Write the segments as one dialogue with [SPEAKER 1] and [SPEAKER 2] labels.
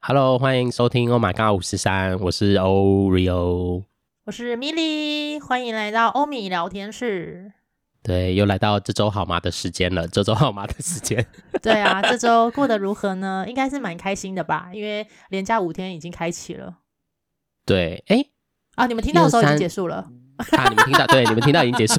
[SPEAKER 1] Hello，欢迎收听《Oh My God 五十三》，我是 Oreo。
[SPEAKER 2] 我是米莉，欢迎来到欧米聊天室。
[SPEAKER 1] 对，又来到这周好吗的时间了，这周好吗的时间。
[SPEAKER 2] 对啊，这周过得如何呢？应该是蛮开心的吧，因为连假五天已经开启了
[SPEAKER 1] 对，哎，
[SPEAKER 2] 啊。你们听到的时候已经
[SPEAKER 1] 123
[SPEAKER 2] 结束了，
[SPEAKER 1] 啊，你们听到？对，你们听到已经结 束。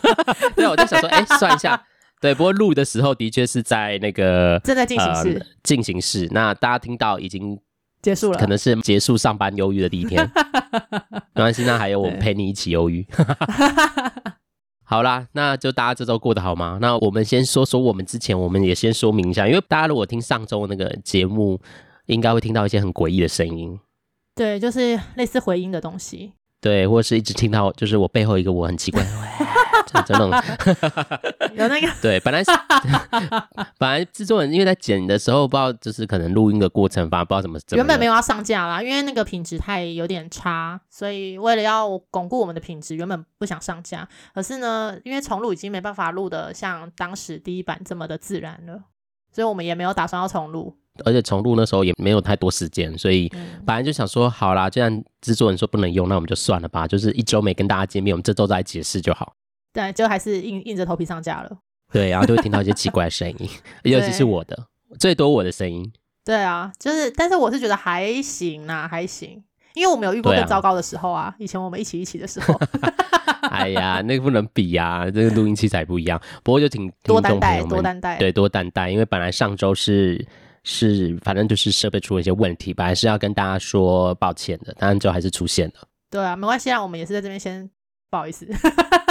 [SPEAKER 1] 对，我就想说，哎，算一下。对，不过录的时候的确是在那个
[SPEAKER 2] 正在进行式、
[SPEAKER 1] 呃进行式。那大家听到已经
[SPEAKER 2] 结束 了
[SPEAKER 1] 可。能是结束上班忧郁的第一 天，没关系，那还有我们
[SPEAKER 2] 对
[SPEAKER 1] 陪你一起忧郁。 好啦，那就大家这周过得好吗？那我们先说说我们之前，我们也先说明一下，因为大家如果听上周那个节目，应该会听到一些很诡异的声音，
[SPEAKER 2] 对，就是类似回音的东西。
[SPEAKER 1] 对，或者是一直听到就是我背后一个我很 奇怪，就就那种
[SPEAKER 2] 有那个
[SPEAKER 1] 对，本来是本来制作人因为在剪的时候，不知道就是可能录音的过程，反而不知道怎么 怎么
[SPEAKER 2] 原本
[SPEAKER 1] 了
[SPEAKER 2] 没有要上架啦，因为那个品质太有点差，所以为了要巩固我们的品质，原本不想上架。可是呢，因为重录已经没办法录的像当时第一版这么的自然了，所以我们也没有打算要重录。
[SPEAKER 1] 而且重录那时候也没有太多时间，所以
[SPEAKER 2] 嗯
[SPEAKER 1] 本来就想说，好啦，既然制作人说不能用，那我们就算了吧，就是一周没跟大家见面，我们这周再解释就好。
[SPEAKER 2] 对，就还是硬硬着头皮上架了。
[SPEAKER 1] 对，然后就会听到一些奇怪的声 音，尤其是我的，最多我的声音。
[SPEAKER 2] 对啊，就是，但是我是觉得还行啦、还行，因为我们有遇过
[SPEAKER 1] 对啊
[SPEAKER 2] 更糟糕的时候啊。以前我们一起一起的 时候，
[SPEAKER 1] 哎 呀，那个不能比呀、这个录音器材不一样。不过就挺听
[SPEAKER 2] 多担
[SPEAKER 1] 众朋
[SPEAKER 2] 待，
[SPEAKER 1] 友
[SPEAKER 2] 多
[SPEAKER 1] 们，
[SPEAKER 2] 担待。
[SPEAKER 1] 对，多担待，因为本来上周是。是，反正就是设备出了一些问题，本来是要跟大家说抱歉的，但最后还是出现了。
[SPEAKER 2] 对啊，没关系啊，我们也是在这边先不好意思，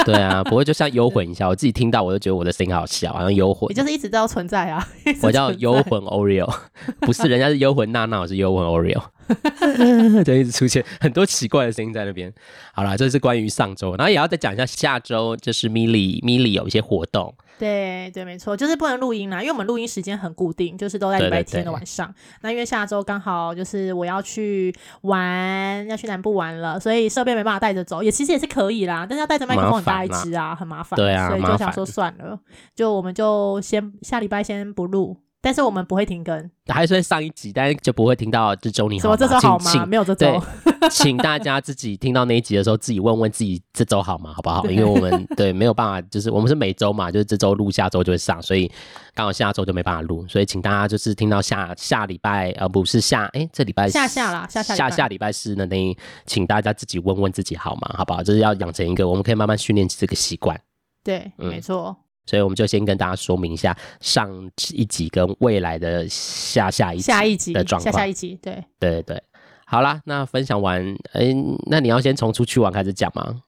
[SPEAKER 1] 对啊，不过就像幽魂一下，我自己听到我就觉得我的声音好小，好像幽 魂
[SPEAKER 2] 也。就是一直都要存在啊。 一直
[SPEAKER 1] 我叫
[SPEAKER 2] 存在
[SPEAKER 1] 幽魂 Oreo，不是人家是幽魂娜娜，我是幽魂 Oreo，就一 直出现很多奇怪的声音在那边。好啦，这是关于上周，然后也要再讲一下下周，就是 Milly Milly 有一些活动，
[SPEAKER 2] 对对，没错，就是不能录音啦，因为我们录音时间很固定，就是都在礼
[SPEAKER 1] 对对
[SPEAKER 2] 拜天的
[SPEAKER 1] 对
[SPEAKER 2] 晚上。那因为下周刚好就是我要去玩，要去南部玩了，所以设备没办法带着走，也其实也是可以啦，但是要带着麦克
[SPEAKER 1] 麻
[SPEAKER 2] 风很大
[SPEAKER 1] 烦
[SPEAKER 2] 一
[SPEAKER 1] 啦
[SPEAKER 2] 支啊，很麻烦。
[SPEAKER 1] 对啊
[SPEAKER 2] 所以
[SPEAKER 1] 麻
[SPEAKER 2] 就想说算了，就我们就先下礼拜先不录，但是我们不会停更，
[SPEAKER 1] 还是会上一集，但是就不会听到这周你好
[SPEAKER 2] 什
[SPEAKER 1] 吗
[SPEAKER 2] 么这周好
[SPEAKER 1] 请
[SPEAKER 2] 吗？
[SPEAKER 1] 请
[SPEAKER 2] 没有这周
[SPEAKER 1] 对， 请大家自己听到那一集的时候，自己问问自己这周好吗？好不好？因为我们对没有办法，就是我们是每周嘛，就是这周录，下周就会上，所以刚好下周就没办法录，所以请大家就是听到下下礼拜呃不是下哎这礼拜
[SPEAKER 2] 下下啦下下礼
[SPEAKER 1] 下
[SPEAKER 2] 拜
[SPEAKER 1] 下礼拜四的那一，请大家自己问问自己好吗？好不好？就是要养成一个我们可以慢慢训练这个习惯。
[SPEAKER 2] 对，
[SPEAKER 1] 嗯
[SPEAKER 2] 没错，
[SPEAKER 1] 所以我们就先跟大家说明一下上一集跟未来的下下一集
[SPEAKER 2] 下一集
[SPEAKER 1] 的状
[SPEAKER 2] 下
[SPEAKER 1] 况。
[SPEAKER 2] 下一集，对。
[SPEAKER 1] 对对对，好啦，那分享完，哎，那你要先从出去玩开始讲吗？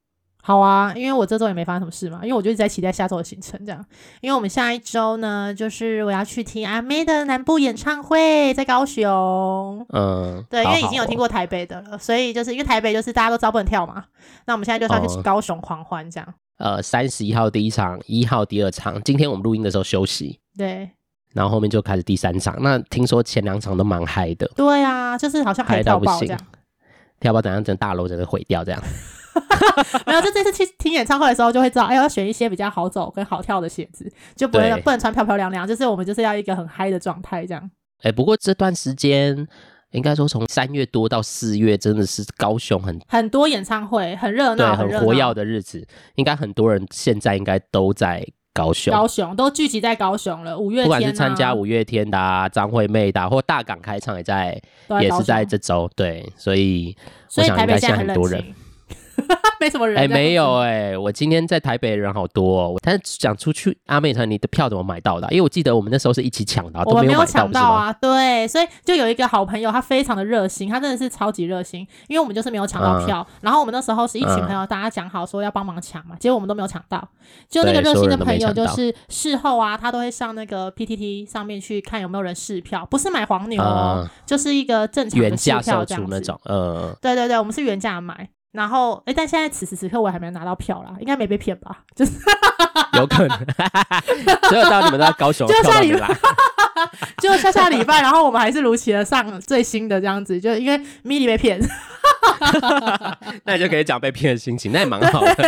[SPEAKER 2] 好啊，因为我这周也没发生什么事嘛，因为我就一直在期待下周的行程这样。因为我们下一周呢，就是我要去听阿妹的南部演唱会，在高雄。
[SPEAKER 1] 嗯，
[SPEAKER 2] 对，因
[SPEAKER 1] 好
[SPEAKER 2] 为已经有听，过台北的了，所以就是因为台北就是大家都知道不能跳嘛，那我们现在就是要
[SPEAKER 1] 哦
[SPEAKER 2] 去高雄狂欢这样。
[SPEAKER 1] 好呃，三十一号第一场，一号第二场，今天我们录音的时候休息，
[SPEAKER 2] 对
[SPEAKER 1] 然后后面就开始第三场。那听说前两场都蛮嗨的，
[SPEAKER 2] 对啊，就是好像可
[SPEAKER 1] 嗨
[SPEAKER 2] 以
[SPEAKER 1] 到
[SPEAKER 2] 跳
[SPEAKER 1] 不
[SPEAKER 2] 爆这
[SPEAKER 1] 行
[SPEAKER 2] 样。，
[SPEAKER 1] 跳到等下整大楼整个毁掉这样。
[SPEAKER 2] 没有，就这次去听演唱会的时候就会知道，哎，要选一些比较好走跟好跳的鞋子，就不会
[SPEAKER 1] 对
[SPEAKER 2] 不能穿漂漂亮亮，就是我们就是要一个很嗨的状态这样。
[SPEAKER 1] 哎，不过这段时间。应该说，从三月多到四月，真的是高雄很
[SPEAKER 2] 很多演唱会很热
[SPEAKER 1] 对
[SPEAKER 2] 闹，
[SPEAKER 1] 很
[SPEAKER 2] 热
[SPEAKER 1] 活
[SPEAKER 2] 闹
[SPEAKER 1] 跃。的日子，应该很多人现在应该都在高雄。
[SPEAKER 2] 高雄都聚集在高雄了。五月
[SPEAKER 1] 不
[SPEAKER 2] 天、啊、
[SPEAKER 1] 管是参加五月天的、啊、张惠妹的、啊，或大港开唱也在，
[SPEAKER 2] 都在
[SPEAKER 1] 也
[SPEAKER 2] 高
[SPEAKER 1] 是
[SPEAKER 2] 雄
[SPEAKER 1] 在，这周，对，所以
[SPEAKER 2] 所
[SPEAKER 1] 我
[SPEAKER 2] 以
[SPEAKER 1] 想
[SPEAKER 2] 台
[SPEAKER 1] 应
[SPEAKER 2] 北
[SPEAKER 1] 该现在
[SPEAKER 2] 很
[SPEAKER 1] 很
[SPEAKER 2] 冷
[SPEAKER 1] 多
[SPEAKER 2] 清，
[SPEAKER 1] 人
[SPEAKER 2] 没什么人。
[SPEAKER 1] 哎、没有，哎、我今天在台北人好多、哦，但是讲出去阿妹团，你的票怎么买到的啊、因为我记得我们那时候是一起抢的啊、
[SPEAKER 2] 我
[SPEAKER 1] 都
[SPEAKER 2] 们
[SPEAKER 1] 没
[SPEAKER 2] 没有
[SPEAKER 1] 买不
[SPEAKER 2] 抢
[SPEAKER 1] 是
[SPEAKER 2] 到
[SPEAKER 1] 吗？
[SPEAKER 2] 啊。对，所以就有一个好朋友，他非常的热心，他真的是超级热心，因为我们就是没有抢到票。
[SPEAKER 1] 嗯
[SPEAKER 2] 然后我们那时候是一群朋友，大家讲好说要帮忙抢嘛，结果我们都没有抢到。就那个
[SPEAKER 1] 对
[SPEAKER 2] 热
[SPEAKER 1] 所有
[SPEAKER 2] 心的
[SPEAKER 1] 人都没
[SPEAKER 2] 朋友，
[SPEAKER 1] 抢
[SPEAKER 2] 就
[SPEAKER 1] 到
[SPEAKER 2] 是事后啊，他都会上那个 PTT 上面去看有没有人试票，不是买黄牛、哦，
[SPEAKER 1] 啊
[SPEAKER 2] 就是一个正常
[SPEAKER 1] 原
[SPEAKER 2] 的试
[SPEAKER 1] 价售
[SPEAKER 2] 票这样
[SPEAKER 1] 出
[SPEAKER 2] 子。
[SPEAKER 1] 那种，嗯，
[SPEAKER 2] 对对对，我们是原价买。然后，哎，但现在此时此刻我还没有拿到票啦，应该没被骗吧？就是
[SPEAKER 1] 有可能， 只有到你们到高雄
[SPEAKER 2] 就
[SPEAKER 1] 跳到
[SPEAKER 2] 像
[SPEAKER 1] 你
[SPEAKER 2] 你们
[SPEAKER 1] 来，
[SPEAKER 2] 就下下礼拜，然后我们还是如期的上最新的这样子，就因为 mini 被骗，
[SPEAKER 1] 那你就可以讲被骗的心情，那也蛮好的。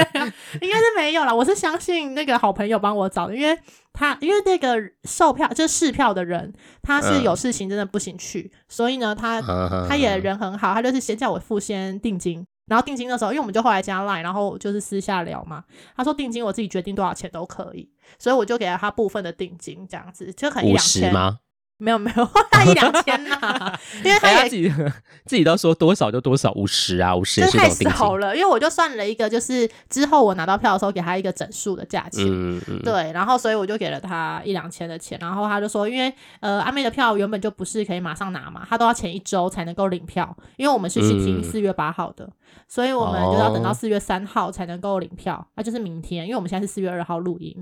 [SPEAKER 2] 应该是没有啦，我是相信那个好朋友帮我找的，因为他因为那个售票就是试票的人，他是有事情真的不行去，所以呢，他 他也
[SPEAKER 1] 嗯
[SPEAKER 2] 人很好，他就是先叫我付先定金，然后定金的时候，因为我们就后来加 line，然后就是私下聊嘛，他说定金我自己决定多少钱都可以，所以我就给了他部分的定金，这样子就可能一
[SPEAKER 1] 五
[SPEAKER 2] 两
[SPEAKER 1] 十
[SPEAKER 2] 千，
[SPEAKER 1] 吗？
[SPEAKER 2] 没有没有， 大一两千呐， 因为他
[SPEAKER 1] 哎
[SPEAKER 2] 也
[SPEAKER 1] 他自己自己都说多少就多少，五十啊，五十也
[SPEAKER 2] 真
[SPEAKER 1] 是一
[SPEAKER 2] 太
[SPEAKER 1] 种定
[SPEAKER 2] 少
[SPEAKER 1] 金。
[SPEAKER 2] 了，因为我就算了一个，就是之后我拿到票的时候给他一个整数的价钱。
[SPEAKER 1] 嗯嗯，
[SPEAKER 2] 对，然后所以我就给了他一两千的钱，然后他就说，因为呃阿妹的票原本就不是可以马上拿嘛，他都要前一周才能够领票，因为我们是去听
[SPEAKER 1] 嗯
[SPEAKER 2] 四月八号的，所以我们就要等到
[SPEAKER 1] 哦
[SPEAKER 2] 四月三号才能够领票，那、就是明天，因为我们现在是四月二号录音，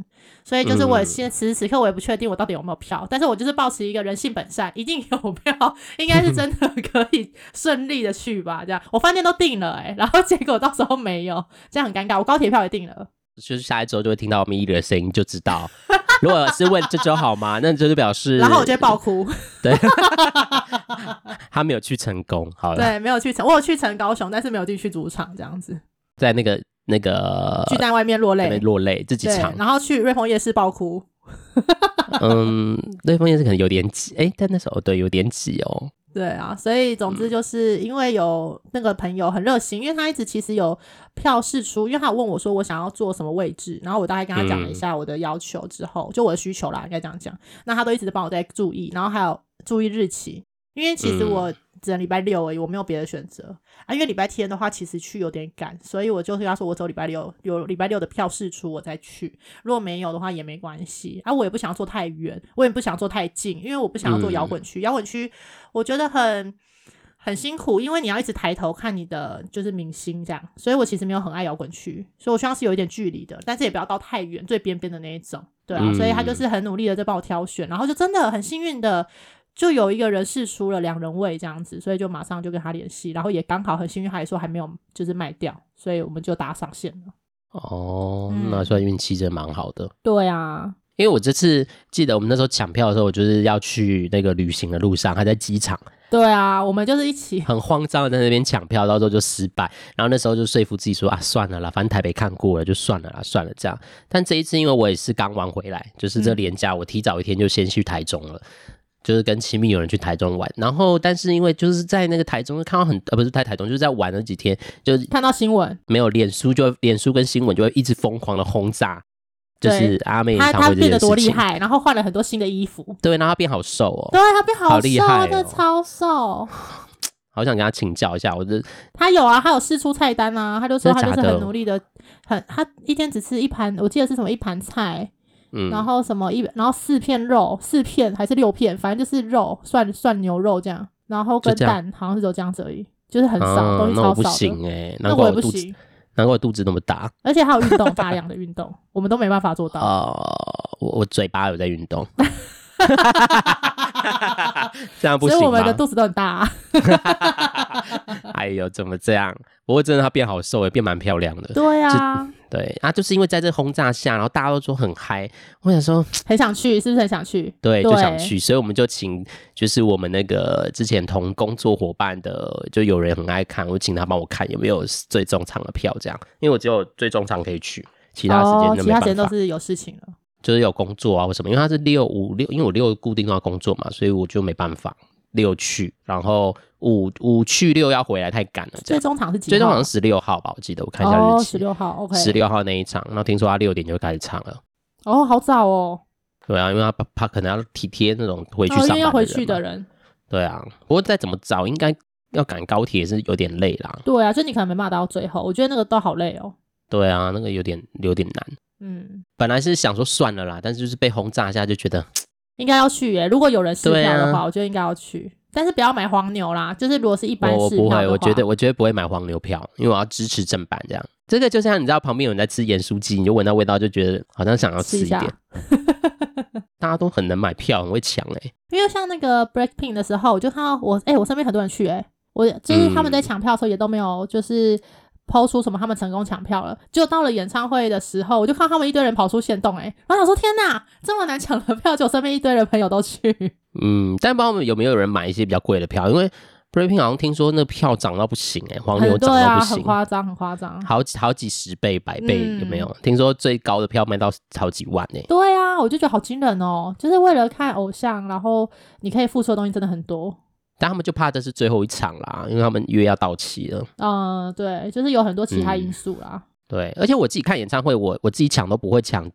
[SPEAKER 2] 所以就是我
[SPEAKER 1] 嗯
[SPEAKER 2] 现此时此刻我也不确定我到底有没有票，但是我就是保持一个人性本善，一定有票，应该是真的可以顺利的去吧，这样我饭店都订了哎、欸然后结果到时候没有，这样很尴尬，我高铁票也订了。
[SPEAKER 1] 就是下一周就会听到咪的声音，就知道。 如果是问这周好吗？那就是表示，
[SPEAKER 2] 然后我就会爆哭，
[SPEAKER 1] 他没有去成功。好了，
[SPEAKER 2] 对，没有去成，我有去成高雄，但是没有进去主场这样子，
[SPEAKER 1] 在那个那个
[SPEAKER 2] 巨蛋外面落
[SPEAKER 1] 呃那
[SPEAKER 2] 泪
[SPEAKER 1] 边，落泪，自己
[SPEAKER 2] 对
[SPEAKER 1] 唱，。
[SPEAKER 2] 然后去瑞丰夜市爆哭，
[SPEAKER 1] 嗯，对方也是可能有点挤，哎，但那时候对有点挤哦。
[SPEAKER 2] 对啊，所以总之就是因为有那个朋友很热心，因为他一直其实有票试出，因为他有问我说我想要坐什么位置，然后我大概跟他讲了一
[SPEAKER 1] 嗯
[SPEAKER 2] 下我的要求之后，就我的需求啦，应该这样讲。那他都一直帮我在注意，然后还有注意日期，因为其实
[SPEAKER 1] 嗯
[SPEAKER 2] 我只能礼拜六而已，我没有别的选择啊。因为礼拜天的话，其实去有点赶，所以我就跟他说我走礼拜六，有礼拜六的票试出我再去，如果没有的话也没关系啊。我也不想坐太远，我也不想坐太近，因为我不想要坐摇滚区，摇滚区。我觉得很很辛苦，因为你要一直抬头看你的就是明星这样，所以我其实没有很爱摇滚区，所以我希望是有一点距离的，但是也不要到太远最边边的那一种，对啊，
[SPEAKER 1] 嗯
[SPEAKER 2] 所以他就是很努力的在帮我挑选，然后就真的很幸运的。就有一个人试出了两人位这样子，所以就马上就跟他联系，然后也刚好很幸运，他也说还没有就是卖掉，所以我们就打上线了。
[SPEAKER 1] 哦
[SPEAKER 2] 嗯，
[SPEAKER 1] 那算运气真蛮好的。
[SPEAKER 2] 对啊，
[SPEAKER 1] 因为我这次记得我们那时候抢票的时候，我就是要去那个旅行的路上，还在机场，
[SPEAKER 2] 对啊，我们就是一起
[SPEAKER 1] 很慌张的在那边抢票，到时候就失败。然后那时候就说服自己说啊，算了啦，反正台北看过了，就算了啦，算了这样。但这一次，因为我也是刚玩回来，就是这
[SPEAKER 2] 嗯
[SPEAKER 1] 连假，我提早一天就先去台中了。就是跟亲密友人去台中玩，然后但是因为就是在那个台中看到很呃不是在台中，就是在玩了几天，就是
[SPEAKER 2] 看到新闻，
[SPEAKER 1] 没有脸书就脸书跟新闻就会一直疯狂的轰炸，就
[SPEAKER 2] 对
[SPEAKER 1] 是阿妹演
[SPEAKER 2] 他
[SPEAKER 1] 唱
[SPEAKER 2] 他
[SPEAKER 1] 哎会这
[SPEAKER 2] 变
[SPEAKER 1] 件
[SPEAKER 2] 得
[SPEAKER 1] 事情。
[SPEAKER 2] 多厉害，然后换了很多新的衣服，
[SPEAKER 1] 对，然后她变好瘦哦，
[SPEAKER 2] 对他变
[SPEAKER 1] 好
[SPEAKER 2] 好
[SPEAKER 1] 厉
[SPEAKER 2] 瘦，
[SPEAKER 1] 害
[SPEAKER 2] 真的
[SPEAKER 1] 哦
[SPEAKER 2] 超瘦。
[SPEAKER 1] 好想跟她请教一下，我这
[SPEAKER 2] 他有啊，他有试出菜单啊，他就说
[SPEAKER 1] 真的
[SPEAKER 2] 他就
[SPEAKER 1] 假
[SPEAKER 2] 是
[SPEAKER 1] 的
[SPEAKER 2] 很努力的，很他一天只吃一盘，我记得是什么一盘菜，
[SPEAKER 1] 嗯，
[SPEAKER 2] 然后什么一然后四片肉，四片还是六片，反正就是肉涮涮牛肉这样，然后跟
[SPEAKER 1] 就这样
[SPEAKER 2] 蛋好像是只有这样子而已，就是很少、
[SPEAKER 1] 啊
[SPEAKER 2] 东西
[SPEAKER 1] 那我
[SPEAKER 2] 超
[SPEAKER 1] 不
[SPEAKER 2] 少的。
[SPEAKER 1] 行哎，
[SPEAKER 2] 那
[SPEAKER 1] 难
[SPEAKER 2] 我
[SPEAKER 1] 怪
[SPEAKER 2] 也
[SPEAKER 1] 我
[SPEAKER 2] 不
[SPEAKER 1] 肚子，
[SPEAKER 2] 行，
[SPEAKER 1] 难怪我肚子那么大
[SPEAKER 2] 而且还有运动， 大量的运动，我们都没办法做到。
[SPEAKER 1] 哦。我我嘴巴有在运动， 这样不
[SPEAKER 2] 所以
[SPEAKER 1] 行
[SPEAKER 2] 我们的
[SPEAKER 1] 吗？
[SPEAKER 2] 肚子都很大、啊，
[SPEAKER 1] 哎呦，怎么这样？不过真的她变好瘦，也变蛮漂亮的。
[SPEAKER 2] 对啊，
[SPEAKER 1] 对啊，就是因为在这轰炸下，然后大家都说很嗨，我想说
[SPEAKER 2] 很想去，是不是很想去？
[SPEAKER 1] 对，就想
[SPEAKER 2] 对
[SPEAKER 1] 去，所以我们就请，就是我们那个之前同工作伙伴的，就有人很爱看，我请他帮我看有没有最中场的票，这样，因为我只有最中场可以去，其他时
[SPEAKER 2] 哦
[SPEAKER 1] 间，都
[SPEAKER 2] 其
[SPEAKER 1] 没
[SPEAKER 2] 他
[SPEAKER 1] 办法，
[SPEAKER 2] 时间都是有事情了。
[SPEAKER 1] 就是有工作啊或什么，因为他是六五六，因为我六固定都要工作嘛，所以我就没办法六去，然后五五去六要回来太赶了，这
[SPEAKER 2] 最
[SPEAKER 1] 样，
[SPEAKER 2] 终场是几号？
[SPEAKER 1] 最终好像十六号吧，我记得我看一下
[SPEAKER 2] 哦，
[SPEAKER 1] 日
[SPEAKER 2] 十
[SPEAKER 1] 期，
[SPEAKER 2] 六号，OK，
[SPEAKER 1] 十六、号那一场，然后听说他六点就开始唱了。
[SPEAKER 2] 哦，好早哦，
[SPEAKER 1] 对啊，因为他怕可能要体贴那种回去上
[SPEAKER 2] 哦，因
[SPEAKER 1] 班
[SPEAKER 2] 为要回
[SPEAKER 1] 人
[SPEAKER 2] 去
[SPEAKER 1] 嘛
[SPEAKER 2] 的人，
[SPEAKER 1] 对啊，不过再怎么早，应该要赶高铁也是有点累啦。
[SPEAKER 2] 对啊，就你可能没骂到最后，我觉得那个都好累哦。
[SPEAKER 1] 对啊，那个有点有点难。
[SPEAKER 2] 嗯，
[SPEAKER 1] 本来是想说算了啦，但是就是被轰炸一下就觉得，
[SPEAKER 2] 应该要去耶、如果有人试
[SPEAKER 1] 对
[SPEAKER 2] 票的话，
[SPEAKER 1] 啊
[SPEAKER 2] 我觉得应该要去，但是不要买黄牛啦。就是如果是一般
[SPEAKER 1] 我我
[SPEAKER 2] 试
[SPEAKER 1] 不
[SPEAKER 2] 票的话，
[SPEAKER 1] 会，我绝对我绝对不会买黄牛票，因为我要支持正版这样。这个就像你知道旁边有人在吃盐酥鸡，你就闻到味道就觉得好像想要吃
[SPEAKER 2] 试一
[SPEAKER 1] 一
[SPEAKER 2] 下
[SPEAKER 1] 点。大家都很能买票，很会抢哎、
[SPEAKER 2] 因为像那个 Breakpink 的时候，我就看到我，哎、我身边很多人去、哎，我就是他们
[SPEAKER 1] 嗯
[SPEAKER 2] 在抢票的时候也都没有就是抛出什么他们成功抢票了，就到了演唱会的时候，我就看到他们一堆人跑出线洞、哎，我想说天哪，这么难抢的票，就我身边一堆人朋友都去，
[SPEAKER 1] 嗯，但不知道有没有人买一些比较贵的票，因为瑞平好像听说那票涨到不行哎、黄牛
[SPEAKER 2] 很
[SPEAKER 1] 涨
[SPEAKER 2] 对
[SPEAKER 1] 到
[SPEAKER 2] 啊，
[SPEAKER 1] 不
[SPEAKER 2] 很
[SPEAKER 1] 行，
[SPEAKER 2] 夸张，很夸张。
[SPEAKER 1] 好几好几十倍、百倍、
[SPEAKER 2] 嗯
[SPEAKER 1] 有没有？听说最高的票卖到好几万哎、
[SPEAKER 2] 对啊，我就觉得好惊人哦！就是为了看偶像，然后你可以付出的东西真的很多。
[SPEAKER 1] 但他们就怕这是最后一场啦，因为他们约要到期了。
[SPEAKER 2] 嗯，对，就是有很多其他因
[SPEAKER 1] 嗯
[SPEAKER 2] 素啦。
[SPEAKER 1] 对，而且我自己看演唱会，我我自己抢都不会抢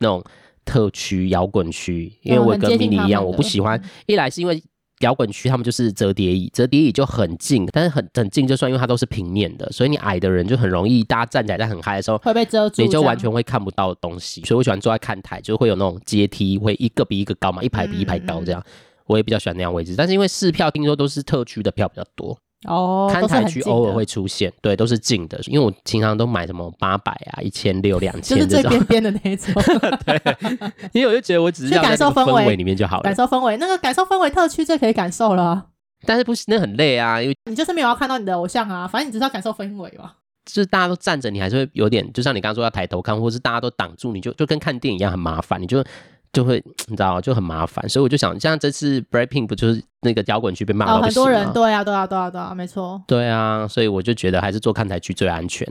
[SPEAKER 1] 那种特区摇滚区，因为
[SPEAKER 2] 嗯
[SPEAKER 1] 我
[SPEAKER 2] 很
[SPEAKER 1] 跟
[SPEAKER 2] 接近
[SPEAKER 1] mini
[SPEAKER 2] 他
[SPEAKER 1] 一样，
[SPEAKER 2] 们
[SPEAKER 1] 我
[SPEAKER 2] 的嗯
[SPEAKER 1] 不喜欢。一来是因为摇滚区他们就是折叠椅，折叠椅就很近，但是很很近就算，因为它都是平面的，所以你矮的人就很容易，大家站起来在很嗨的时候。
[SPEAKER 2] 会被遮住，
[SPEAKER 1] 你就完全会看不到东西，所以我喜欢坐在看台，就会有那种阶梯，会一个比一个高嘛，一排比一排
[SPEAKER 2] 嗯
[SPEAKER 1] 高这样。我也比较喜欢那样位置，但是因为试票听说都是特区的票比较多，
[SPEAKER 2] 这样哦，
[SPEAKER 1] 看
[SPEAKER 2] 都是
[SPEAKER 1] 台
[SPEAKER 2] 很
[SPEAKER 1] 区
[SPEAKER 2] 近
[SPEAKER 1] 偶尔
[SPEAKER 2] 的
[SPEAKER 1] 会出现，对，都是近的，因为我平常都买什么八百啊、一千六、两
[SPEAKER 2] 就
[SPEAKER 1] 千
[SPEAKER 2] 是
[SPEAKER 1] 这
[SPEAKER 2] 最
[SPEAKER 1] 种，
[SPEAKER 2] 边边的那一种，
[SPEAKER 1] 因为我就觉得我只是
[SPEAKER 2] 去
[SPEAKER 1] 要在
[SPEAKER 2] 感
[SPEAKER 1] 那
[SPEAKER 2] 受
[SPEAKER 1] 个
[SPEAKER 2] 氛
[SPEAKER 1] 氛
[SPEAKER 2] 围
[SPEAKER 1] 围里面就好了
[SPEAKER 2] 感。受氛围，那个感受氛围特区最可以感受了啊。
[SPEAKER 1] 但是不行，那很累啊，因为
[SPEAKER 2] 你就是没有要看到你的偶像啊，反正你只是要感受氛围嘛。
[SPEAKER 1] 就是大家都站着，你还是会有点，就像你刚刚说要抬头看，或是大家都挡住，你就就跟看电影一样很麻烦，你就。就会你知道就很麻烦，所以我就想，像这次 Breaking 不就是那个摇滚区被骂
[SPEAKER 2] 哦，
[SPEAKER 1] 到不
[SPEAKER 2] 很
[SPEAKER 1] 行吗？
[SPEAKER 2] 多人，对啊，对啊，对啊，对啊，没错。
[SPEAKER 1] 对啊，所以我就觉得还是做看台区最安全。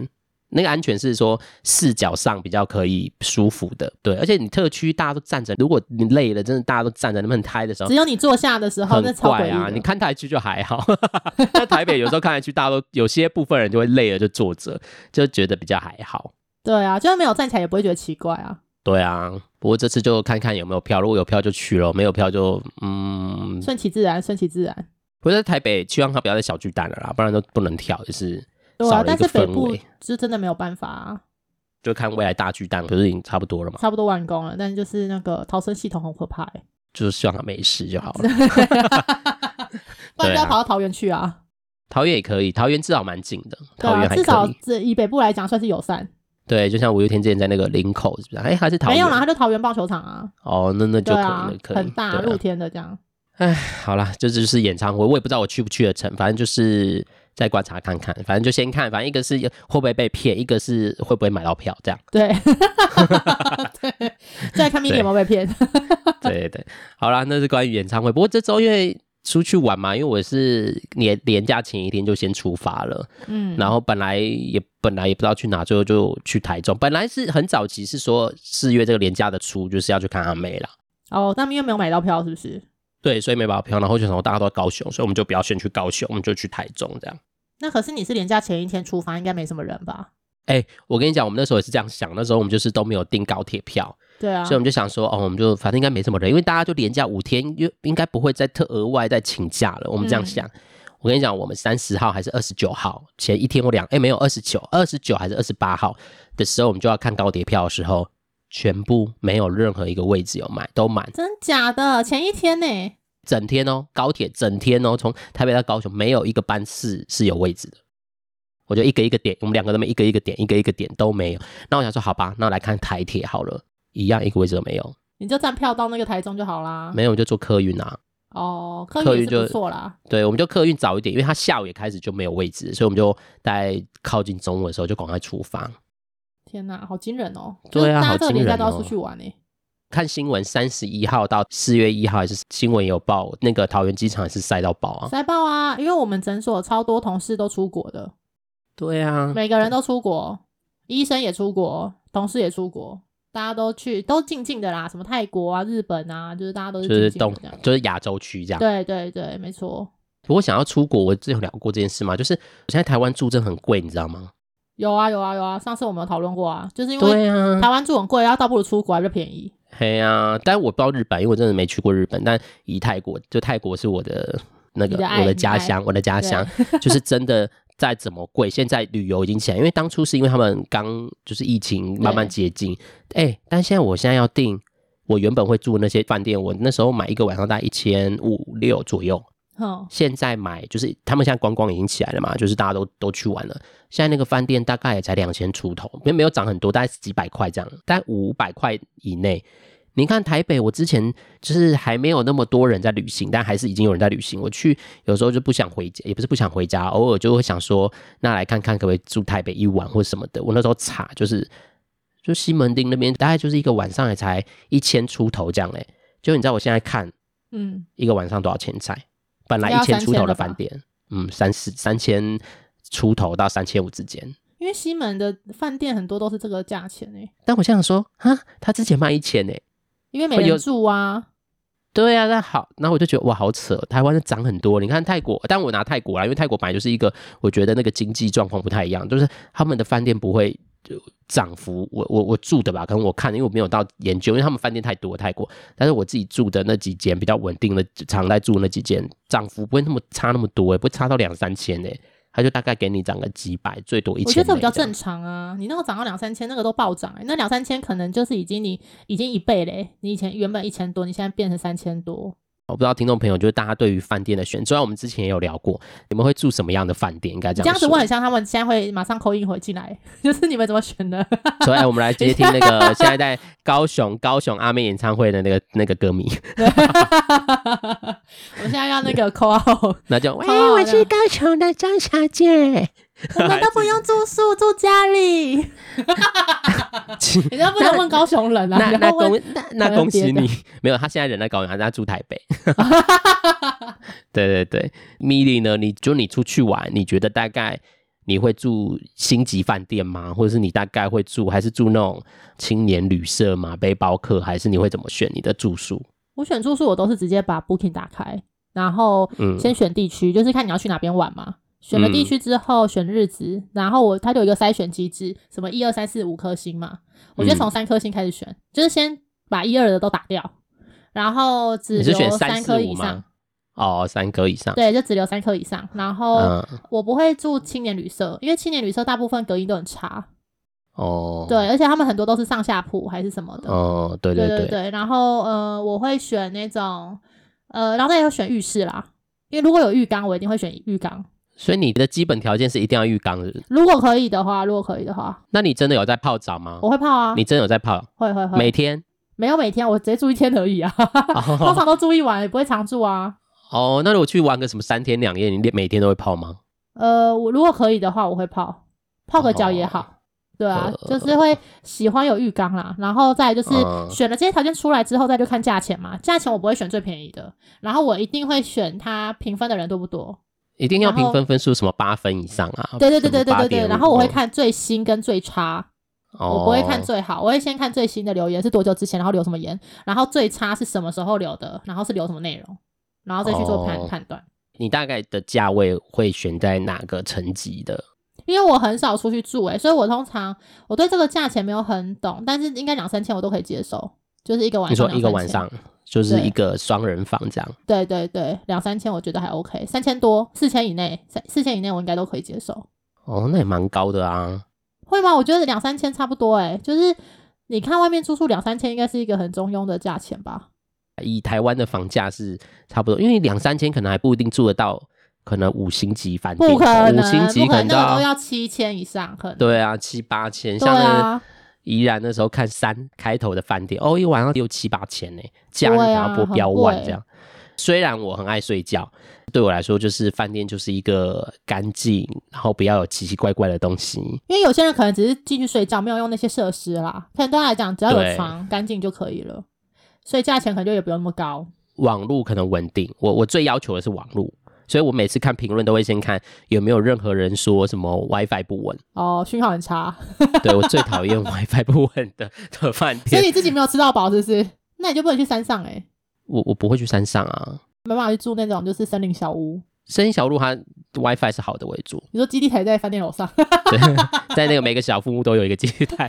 [SPEAKER 1] 那个安全是说视角上比较可以舒服的，对，而且你特区大家都站着，如果你累了，真的大家都站着，那么很嗨的时候
[SPEAKER 2] 只。有你坐下的时候，
[SPEAKER 1] 嗯
[SPEAKER 2] 那
[SPEAKER 1] 很
[SPEAKER 2] 超诡
[SPEAKER 1] 怪
[SPEAKER 2] 异
[SPEAKER 1] 啊！
[SPEAKER 2] 的
[SPEAKER 1] 你看台区就还好， 在台北有时候看台区，大家都有些部分人就会累了就坐着，就觉得比较还好。
[SPEAKER 2] 对啊，就算没有站起来也不会觉得奇怪啊。
[SPEAKER 1] 对啊，不过这次就看看有没有票，如果有票就去咯，没有票就嗯，
[SPEAKER 2] 顺其自然，顺其自然。
[SPEAKER 1] 不过在台北，希望他不要在小巨蛋了啦，不然都不能跳，就是
[SPEAKER 2] 对
[SPEAKER 1] 少
[SPEAKER 2] 啊
[SPEAKER 1] 了，一
[SPEAKER 2] 但
[SPEAKER 1] 个
[SPEAKER 2] 是北
[SPEAKER 1] 氛
[SPEAKER 2] 部
[SPEAKER 1] 围。
[SPEAKER 2] 就真的没有办法、啊，
[SPEAKER 1] 就看未来大巨蛋不是已经差不多了嘛，
[SPEAKER 2] 差不多完工了，但是就是那个逃生系统很可怕、欸，
[SPEAKER 1] 就是希望他没事就好 了。啊
[SPEAKER 2] 不然就
[SPEAKER 1] 对
[SPEAKER 2] 要
[SPEAKER 1] 啊
[SPEAKER 2] 跑到桃园去啊。
[SPEAKER 1] 桃园也可以，桃园至少蛮近的，
[SPEAKER 2] 对
[SPEAKER 1] 桃园
[SPEAKER 2] 啊，
[SPEAKER 1] 还
[SPEAKER 2] 至少
[SPEAKER 1] 可以。
[SPEAKER 2] 这以北部来讲算是友善，
[SPEAKER 1] 对，就像五月天之前在那个林口，是不是？哎，还是桃园？
[SPEAKER 2] 没有啦，它就桃园棒球场啊，
[SPEAKER 1] 哦，那那就
[SPEAKER 2] 对
[SPEAKER 1] 可以，那，可
[SPEAKER 2] 啊
[SPEAKER 1] 以。
[SPEAKER 2] 很大
[SPEAKER 1] 对
[SPEAKER 2] 露
[SPEAKER 1] 啊
[SPEAKER 2] 天的这样。
[SPEAKER 1] 哎，好啦，这就是演唱会，我也不知道我去不去得成，反正就是再观察看看，反正就先看，反正一个是会不会被骗，一个是会不会买到票， 这样。
[SPEAKER 2] 对，对，再看 mini 有没有 被骗。
[SPEAKER 1] 对对，好啦，那是关于演唱会。不过这周因为出去玩嘛，因为我是年年假前一天就先出发了。
[SPEAKER 2] 嗯，
[SPEAKER 1] 然后本来也本来也不知道去哪，最后就去台中。本来是很早期是说四月这个廉价的初就是要去看阿妹啦，
[SPEAKER 2] 哦，他们又没有买到票，是不是？
[SPEAKER 1] 对，所以没把票。然后就想说哦大家都在高雄，所以我们就不要先去高雄，我们就去台中这样。
[SPEAKER 2] 那可是你是连假前一天出发，应该没什么人吧？
[SPEAKER 1] 哎、我跟你讲，我们那时候也是这样想，那时候我们就是都没有订高铁票，
[SPEAKER 2] 对啊
[SPEAKER 1] 所以，我们就想说，哦，我们就反正应该没什么人，因为大家就连假五天，又应该不会再特额外再请假了。我们这样想，我跟你讲，我们三十号还是二十九号前一天或两，哎，没有二十九，二十九还是二十八号的时候，我们就要看高铁票的时候，全部没有任何一个位置有卖，都满，
[SPEAKER 2] 真假的？前一天呢、
[SPEAKER 1] 整天哦，高铁整天哦，从台北到高雄没有一个班次是有位置的。我就一个一个点，我们两个都没一个一个点，一个一个点都没有。那我想说，好吧，那来看台铁好了，一样一个位置都没有。
[SPEAKER 2] 你就站票到那个台中就好啦。
[SPEAKER 1] 没有，我们就坐客运啊。
[SPEAKER 2] 哦，客
[SPEAKER 1] 客
[SPEAKER 2] 运
[SPEAKER 1] 运
[SPEAKER 2] 也是不
[SPEAKER 1] 就
[SPEAKER 2] 错啦。
[SPEAKER 1] 对，我们就客运早一点，因为他下午也开始就没有位置，所以我们就在靠近中午的时候就赶快出发。
[SPEAKER 2] 天哪，好惊人哦！
[SPEAKER 1] 对啊
[SPEAKER 2] 就是大家
[SPEAKER 1] 好
[SPEAKER 2] 这个
[SPEAKER 1] 惊
[SPEAKER 2] 连假
[SPEAKER 1] 人
[SPEAKER 2] 都要
[SPEAKER 1] 哦
[SPEAKER 2] 出去玩呢、
[SPEAKER 1] 看新闻，三十一号到四月一号还是新闻有报，那个桃园机场也是塞到爆啊。
[SPEAKER 2] 塞爆啊！因为我们诊所超多同事都出国的，
[SPEAKER 1] 对啊，
[SPEAKER 2] 每个人都出国，医生也出国，同事也出国，大家都去都静静的啦，什么泰国啊、日本啊，就是大家都是
[SPEAKER 1] 就
[SPEAKER 2] 静
[SPEAKER 1] 是
[SPEAKER 2] 静
[SPEAKER 1] 东
[SPEAKER 2] 的这样。
[SPEAKER 1] 就是亚洲区这样。
[SPEAKER 2] 对对对，没错，
[SPEAKER 1] 不过想要出国，我之前有聊过这件事嘛，就是我现在台湾住真的很贵，你知道吗？
[SPEAKER 2] 有啊有啊有啊，上次我们有讨论过啊，就是因为
[SPEAKER 1] 对啊
[SPEAKER 2] 台，湾住很贵，然后倒不如出国还比较便宜。
[SPEAKER 1] 嘿啊，但我不知道日本，因为我真的没去过日本。但以泰国，就泰国是我的那
[SPEAKER 2] 你
[SPEAKER 1] 个
[SPEAKER 2] 的爱
[SPEAKER 1] 我的
[SPEAKER 2] 你
[SPEAKER 1] 家
[SPEAKER 2] 爱
[SPEAKER 1] 乡，我的家
[SPEAKER 2] 对啊
[SPEAKER 1] 乡就是真的再怎么贵，现在旅游已经起来，因为当初是因为他们刚就是疫情慢慢
[SPEAKER 2] 对
[SPEAKER 1] 解禁，哎、但现在我现在要订，我原本会住那些饭店，我那时候买一个晚上大概一千五六左右，
[SPEAKER 2] 哼，
[SPEAKER 1] 现在买就是他们现在观光已经起来了嘛，就是大家都都去玩了。现在那个饭店大概也才两千出头，没没有涨很多，大概几百块这样，大概五百块以内。你看台北，我之前就是还没有那么多人在旅行，但还是已经有人在旅行。我去有时候就不想回家，也不是不想回家，偶尔就会想说，那来看看可不可以住台北一晚或什么的。我那时候查就是，就西门町那边大概就是一个晚上也才一千出头这样嘞、就你知道我现在看
[SPEAKER 2] 嗯，
[SPEAKER 1] 一个晚上多少钱才？本来
[SPEAKER 2] 应该
[SPEAKER 1] 一
[SPEAKER 2] 要
[SPEAKER 1] 千出头
[SPEAKER 2] 3000了
[SPEAKER 1] 的
[SPEAKER 2] 吧
[SPEAKER 1] 饭店，嗯三四三千出头到三千五之间。
[SPEAKER 2] 因为西门的饭店很多都是这个价钱诶、
[SPEAKER 1] 但我想想说，啊，他之前卖一千呢，欸
[SPEAKER 2] 因为没
[SPEAKER 1] 会有
[SPEAKER 2] 人住啊。
[SPEAKER 1] 对啊，那好，那我就觉得哇，好扯，台湾的涨很多。你看泰国，但我拿泰国啦，因为泰国本来就是一个，我觉得那个经济状况不太一样，就是他们的饭店不会就涨幅。我我我住的吧，可能我看的，因为我没有到研究，因为他们饭店太多泰国，但是我自己住的那几间比较稳定的，常在住那几间，涨幅不会那么差那么多、欸，不会差到两三千诶、欸他就大概给你涨个几百，最多一
[SPEAKER 2] 我
[SPEAKER 1] 千。
[SPEAKER 2] 觉得这比较正常啊，你那个涨到两三千，那个都暴涨、欸，那两三千可能就是已经你已经一倍嘞、你以前原本一千多，你现在变成三千多，
[SPEAKER 1] 我不知道听众朋友，就是大家对于饭店的选，虽然我们之前也有聊过，你们会住什么样的饭店？应该这
[SPEAKER 2] 你
[SPEAKER 1] 样
[SPEAKER 2] 这样子
[SPEAKER 1] 说
[SPEAKER 2] 问，很像他们现在会马上扣印回进来， 就是你们怎么选的？
[SPEAKER 1] 所以哎我们来接听那个现在在高雄高雄阿妹演唱会的那个那个歌迷，
[SPEAKER 2] 我现在要 那个扣号，
[SPEAKER 1] 那就
[SPEAKER 2] 好啊
[SPEAKER 1] 哦喂，我是高雄的张小姐，
[SPEAKER 2] 我们都不用住宿，住家里。你都不能问高雄人 啊，
[SPEAKER 1] 那
[SPEAKER 2] 你
[SPEAKER 1] 那
[SPEAKER 2] 要问
[SPEAKER 1] 恭那那恭喜
[SPEAKER 2] 别的
[SPEAKER 1] 你，没有，他现在人在高雄，他在住台北。 对对对，米莉呢？你就你出去玩，你觉得大概你会住星级饭店吗？或者是你大概会住还是住那种青年旅社吗？背包客还是你会怎么选你的住宿？
[SPEAKER 2] 我选住宿，我都是直接把 Booking 打开，然后
[SPEAKER 1] 嗯
[SPEAKER 2] 先选地区，就是看你要去哪边玩嘛。选了地区之后，选日子，然后我它就有一个筛选机制，什么一二三四五颗星嘛，我觉得从三颗星开始
[SPEAKER 1] 嗯
[SPEAKER 2] 选，就是先把一二的都打掉，然后只
[SPEAKER 1] 你是选
[SPEAKER 2] 留
[SPEAKER 1] 三
[SPEAKER 2] 颗
[SPEAKER 1] 四
[SPEAKER 2] 以
[SPEAKER 1] 五
[SPEAKER 2] 上
[SPEAKER 1] 吗，？哦，三颗以上。
[SPEAKER 2] 对，哦就只留三颗以上。然后
[SPEAKER 1] 嗯，
[SPEAKER 2] 我不会住青年旅社，因为青年旅社大部分隔音都很差，
[SPEAKER 1] 哦，
[SPEAKER 2] 对，而且他们很多都是上下铺还是什么的，
[SPEAKER 1] 哦，对
[SPEAKER 2] 对
[SPEAKER 1] 对，
[SPEAKER 2] 对，然后呃，我会选那种呃，然后再有选浴室啦，因为如果有浴缸，我一定会选浴缸。
[SPEAKER 1] 所以你的基本条件是一定要浴缸的。
[SPEAKER 2] 如果可以的话，如果可以的话，
[SPEAKER 1] 那你真的有在泡澡吗？
[SPEAKER 2] 我会泡嗯啊，
[SPEAKER 1] 哦你真的有在泡？
[SPEAKER 2] 会会会，
[SPEAKER 1] 每天？
[SPEAKER 2] 没有每天，我直接住一天而已啊， 通
[SPEAKER 1] 哦
[SPEAKER 2] 常都住一晚，也不会常住啊。
[SPEAKER 1] 哦，那如果去玩个什么三天两夜，你连每天都会泡吗？
[SPEAKER 2] 呃，我如果可以的话，我会泡，泡个脚也
[SPEAKER 1] 哦
[SPEAKER 2] 好。对啊，
[SPEAKER 1] 呃
[SPEAKER 2] 就是会喜欢有浴缸啦，然后再来就是
[SPEAKER 1] 嗯
[SPEAKER 2] 选了这些条件出来之后，再就看价钱嘛。价钱我不会选最便宜的，然后我一定会选它评分的人多不多。
[SPEAKER 1] 一定要
[SPEAKER 2] 然后
[SPEAKER 1] 评分分数什么八分以上啊？
[SPEAKER 2] 对对对对对对对，
[SPEAKER 1] 什么8.5
[SPEAKER 2] 然后我会，看最新跟最差，
[SPEAKER 1] 哦、
[SPEAKER 2] 我不会看最好，我会先看最新的留言是多久之前，然后留什么言，然后最差是什么时候留的，然后是留什么内容，然后再去做判、
[SPEAKER 1] 哦
[SPEAKER 2] 判断。
[SPEAKER 1] 你大概的价位会选在哪个层级的？
[SPEAKER 2] 因为我很少出去住、诶，所以我通常我对这个价钱没有很懂，但是应该两三千我都可以接受，就是一个晚
[SPEAKER 1] 你
[SPEAKER 2] 上。
[SPEAKER 1] 说一个
[SPEAKER 2] 两
[SPEAKER 1] 晚
[SPEAKER 2] 三千，
[SPEAKER 1] 上就是
[SPEAKER 2] 对
[SPEAKER 1] 一个双人房这样？
[SPEAKER 2] 对对对，两三千我觉得还 OK，三千多、四千以内、三四千以内我应该都可以接受，
[SPEAKER 1] 哦，那也蛮高的啊。
[SPEAKER 2] 会吗？我觉得两三千差不多、诶，就是你看外面住宿两三千应该是一个很中庸的价钱吧。
[SPEAKER 1] 以台湾的房价是差不多，因为两三千可能还不一定住得到，可能五星级饭店，
[SPEAKER 2] 不可能，
[SPEAKER 1] 五星级
[SPEAKER 2] 不可能，那个
[SPEAKER 1] 到
[SPEAKER 2] 都要七千以上，可能。
[SPEAKER 1] 对啊，七八千，
[SPEAKER 2] 对
[SPEAKER 1] 像那
[SPEAKER 2] 啊，
[SPEAKER 1] 宜兰那时候看三开头的饭店，哦，一晚上六七八千呢，假日
[SPEAKER 2] 对
[SPEAKER 1] 还
[SPEAKER 2] 啊
[SPEAKER 1] 要破
[SPEAKER 2] 很
[SPEAKER 1] 标万
[SPEAKER 2] 贵
[SPEAKER 1] 这样。虽然我很爱睡觉，对我来说就是饭店就是一个干净，然后不要有奇奇怪怪的东西。
[SPEAKER 2] 因为有些人可能只是进去睡觉，没有用那些设施啦。可能对他来讲，只要有
[SPEAKER 1] 对
[SPEAKER 2] 床干净就可以了，所以价钱可能就也不用那么高。
[SPEAKER 1] 网络可能稳定，我我最要求的是网络，所以我每次看评论都会先看有没有任何人说什么 WiFi 不稳。
[SPEAKER 2] 哦，讯号很差，
[SPEAKER 1] 对我最讨厌 WiFi 不稳的的饭
[SPEAKER 2] 所以
[SPEAKER 1] 店，
[SPEAKER 2] 你自己没有吃到饱，是不是？那你就不能去山上哎、欸，
[SPEAKER 1] 我我不会去山上啊。
[SPEAKER 2] 没办法去住那种就是森林小屋。
[SPEAKER 1] 生意小路它 WiFi 是好的为主，
[SPEAKER 2] 你说基地台在饭店楼上，
[SPEAKER 1] 对， 在那个每个小木屋都有一个基地台。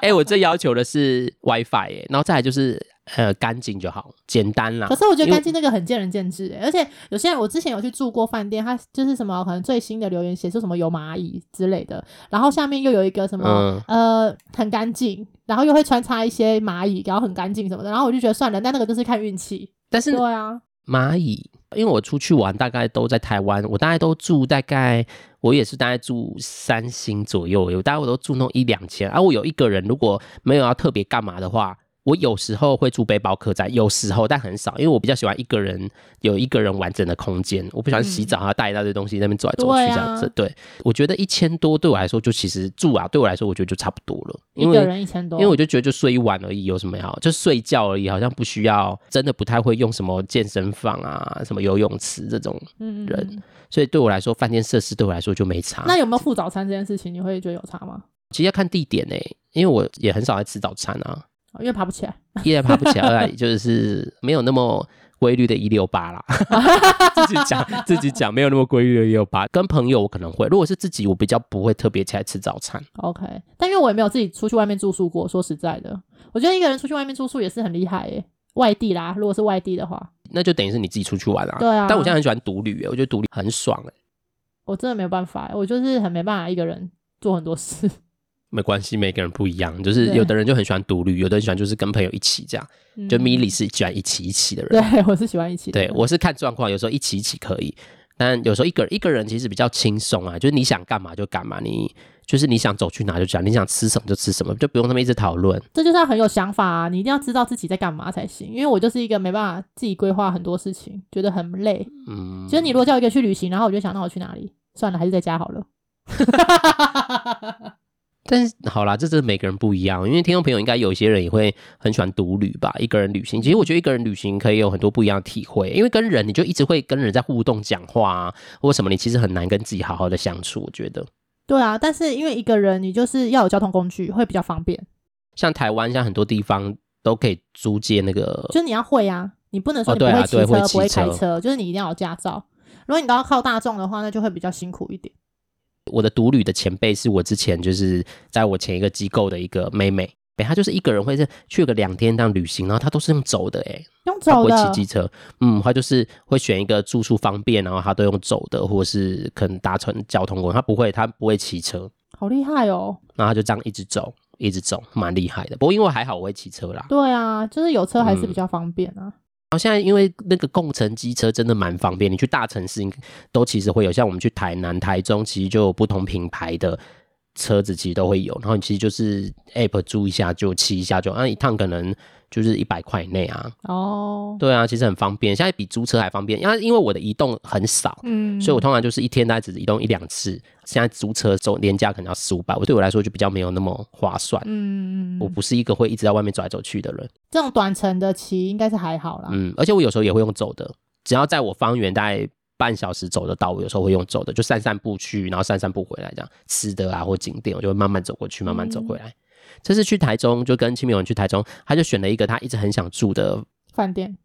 [SPEAKER 1] 哎、我最要求的是 WiFi，、欸、然后再来就是呃干净就好，简单啦
[SPEAKER 2] 可。是我觉得
[SPEAKER 1] 因为
[SPEAKER 2] 干净那个很见仁见智、欸，而且有些人我之前有去住过饭店，他就是什么可能最新的留言写出什么有蚂蚁之类的，然后下面又有一个什
[SPEAKER 1] 嗯
[SPEAKER 2] 么、呃很干净，然后又会穿插一些蚂蚁，然后很干净什么的，然后我就觉得算了，那那个就是看运气。
[SPEAKER 1] 但是
[SPEAKER 2] 对啊，
[SPEAKER 1] 蚂蚁，因为我出去玩大概都在台湾，我大概都住大概，我也是大概住三星左右，有大概我都住那种一两千，而、啊、我有一个人如果没有要特别干嘛的话，我有时候会住背包客栈，有时候但很少，因为我比较喜欢一个人有一个人完整的空间，我不喜欢洗澡还要带一大堆东西在那边走来走去
[SPEAKER 2] 对
[SPEAKER 1] 这
[SPEAKER 2] 啊
[SPEAKER 1] 样子。对，我觉得一千多对我来说就其实住啊，对我来说我觉得就差不多了，因
[SPEAKER 2] 一个
[SPEAKER 1] 为。
[SPEAKER 2] 人一千多，
[SPEAKER 1] 因为我就觉得就睡一晚而已，有什么好？就睡觉而已，好像不需要，真的不太会用什么健身房啊、什么游泳池这种，
[SPEAKER 2] 嗯嗯嗯
[SPEAKER 1] 人啊所以对我来说，饭店设施对我来说就没差。
[SPEAKER 2] 那有没有付早餐这件事情，你会觉得有差吗？
[SPEAKER 1] 其实要看地点呢、因为我也很少在吃早餐啊，
[SPEAKER 2] 哦因为爬不起来，
[SPEAKER 1] 一来爬不起来，二来就是没有那么规律的一六八啦。 自己 讲自己讲，没有那么规律的一六八。跟朋友我可能会，如果是自己，我比较不会特别起来吃早餐。
[SPEAKER 2] OK，但因为我也没有自己出去外面住宿过，说实在的，我觉得一个人出去外面住宿也是很厉害耶。外地啦，如果是外地的话，
[SPEAKER 1] 那就等于是你自己出去玩啊。
[SPEAKER 2] 对啊
[SPEAKER 1] 但我现在很喜欢独旅、欸，我觉得独旅很爽哎、
[SPEAKER 2] 我真的没有办法耶，欸我就是很没办法一个人做很多事。
[SPEAKER 1] 没关系，每个人不一样，就是
[SPEAKER 2] 对
[SPEAKER 1] 有的人就很喜欢独旅，有的人喜欢就是跟朋友一起这样。
[SPEAKER 2] 嗯
[SPEAKER 1] 就米，里是喜欢一起一起的人。
[SPEAKER 2] 对我是喜欢一起的。
[SPEAKER 1] 对我是看状况，有时候一起一起可以，但有时候一个人一个人其实比较轻松啊，就是你想干嘛就干嘛，你就是你想走去哪就讲，你想吃什么就吃什么，就不用那么一直讨论。
[SPEAKER 2] 这就是要很有想法啊，你一定要知道自己在干嘛才行。因为我就是一个没办法自己规划很多事情，觉得很累。
[SPEAKER 1] 嗯，
[SPEAKER 2] 就是你如果叫我一个去旅行，然后我就想，那我去哪里？算了，还是在家好了。
[SPEAKER 1] 但是好啦，这真的每个人不一样，因为听众朋友应该有一些人也会很喜欢独旅吧，一个人旅行。其实我觉得一个人旅行可以有很多不一样的体会，因为跟人你就一直会跟人在互动、讲话啊，或什么，你其实很难跟自己好好的相处。我觉得
[SPEAKER 2] 对啊，但是因为一个人，你就是要有交通工具，会比较方便。
[SPEAKER 1] 像台湾，像很多地方都可以租借那个
[SPEAKER 2] 就是你要会啊，你不能说
[SPEAKER 1] 哦
[SPEAKER 2] 你不
[SPEAKER 1] 对啊
[SPEAKER 2] 会骑
[SPEAKER 1] 对
[SPEAKER 2] 车、
[SPEAKER 1] 会骑
[SPEAKER 2] 不会开
[SPEAKER 1] 车
[SPEAKER 2] 车，就是你一定要有驾照。如果你都要靠大众的话，那就会比较辛苦一点。
[SPEAKER 1] 我的独旅的前辈是我之前就是在我前一个机构的一个妹妹，诶她就是一个人会是去个两天这样旅行，然后她都是用走的、欸诶
[SPEAKER 2] 用
[SPEAKER 1] 哦她不
[SPEAKER 2] 走
[SPEAKER 1] 会
[SPEAKER 2] 的
[SPEAKER 1] 骑，机车，嗯，她就是会选一个住宿方便，然后她都用走的，或是可能搭乘交通工具，她不会，她不会骑车，
[SPEAKER 2] 好厉害哦！
[SPEAKER 1] 然后她就这样一直走，一直走，蛮厉害的。不过因为还好我会骑车啦，
[SPEAKER 2] 对啊，就是有车还
[SPEAKER 1] 嗯
[SPEAKER 2] 是比较方便啊。
[SPEAKER 1] 然后现在因为那个共乘机车真的蛮方便，你去大城市应该都其实会有，像我们去台南、台中，其实就有不同品牌的车子，其实都会有。然后你其实就是 app 租一下就骑一下就，啊一趟可能就是一百块以内啊。
[SPEAKER 2] 哦，
[SPEAKER 1] 对啊，其实很方便，现在比租车还方便。因为因为我的移动很少，
[SPEAKER 2] 嗯，
[SPEAKER 1] 所以我通常就是一天大概只移动一两次。现在租车走廉价可能要四五百，我对我来说就比较没有那么划算。
[SPEAKER 2] 嗯，嗯
[SPEAKER 1] 我
[SPEAKER 2] 嗯
[SPEAKER 1] 不是一个会一直在外面走来走去的人。
[SPEAKER 2] 这种短程的骑应该是还好啦。
[SPEAKER 1] 嗯，而且我有时候也会用走的，只要在我方圆大概半小时走得到，我有时候会用走的，就散散步去，然后散散步回来，这样吃的啊或景点，我就会慢慢走过去，慢慢
[SPEAKER 2] 嗯
[SPEAKER 1] 走回来。这次去台中，就跟亲密友人去台中，他就选了一个他一直很想住的，
[SPEAKER 2] 饭店，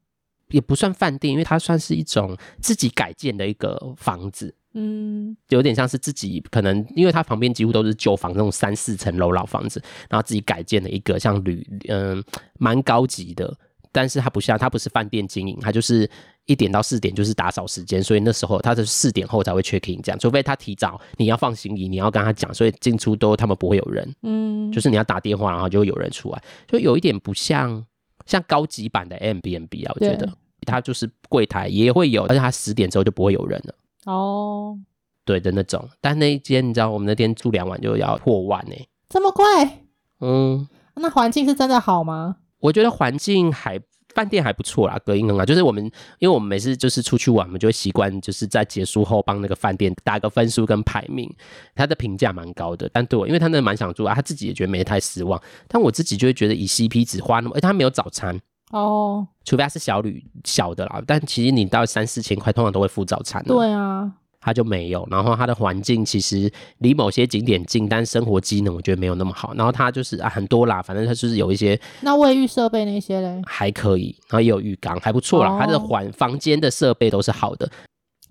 [SPEAKER 1] 也不算饭店，因为它算是一种自己改建的一个房子，
[SPEAKER 2] 嗯，
[SPEAKER 1] 有点像是自己可能，因为它旁边几乎都是旧房，那种三四层楼老房子，然后自己改建的一个像旅，嗯、蛮高级的，但是它不像它不是饭店经营，它就是一点到四点就是打扫时间，所以那时候它是四点后才会 check in 这样，除非他提早，你要放行李，你要跟他讲，所以进出都他们不会有人，
[SPEAKER 2] 嗯，
[SPEAKER 1] 就是你要打电话，然后就会有人出来，就有一点不像像高级版的 M B N B 啊，我觉
[SPEAKER 2] 对
[SPEAKER 1] 得它就是柜台也会有，而且它十点之后就不会有人了。
[SPEAKER 2] 哦，
[SPEAKER 1] 对的那种。但那一间你知道，我们那天住两晚就要破万呢、
[SPEAKER 2] 这么快，
[SPEAKER 1] 嗯，
[SPEAKER 2] 那环境是真的好吗？
[SPEAKER 1] 我觉得环境还。饭店还不错啦，隔音很好。就是我们，因为我们每次就是出去玩，我们就会习惯就是在结束后帮那个饭店打个分数跟排名，他的评价蛮高的。但对我，因为他那蛮想住啊，他自己也觉得没太失望。但我自己就会觉得以 CP 值花那么，而且他没有早餐，
[SPEAKER 2] 哦，
[SPEAKER 1] 除非他是小旅小的啦。但其实你到三四千块，通常都会付早餐。，
[SPEAKER 2] 对啊，
[SPEAKER 1] 它就没有。然后它的环境其实离某些景点近，但生活机能我觉得没有那么好。然后它就是啊很多啦，反正它就是有一些
[SPEAKER 2] 那卫浴设备那些嘞，
[SPEAKER 1] 还可以，然后也有浴缸，还不错啦。
[SPEAKER 2] 哦
[SPEAKER 1] 它的环房间的设备都是好的。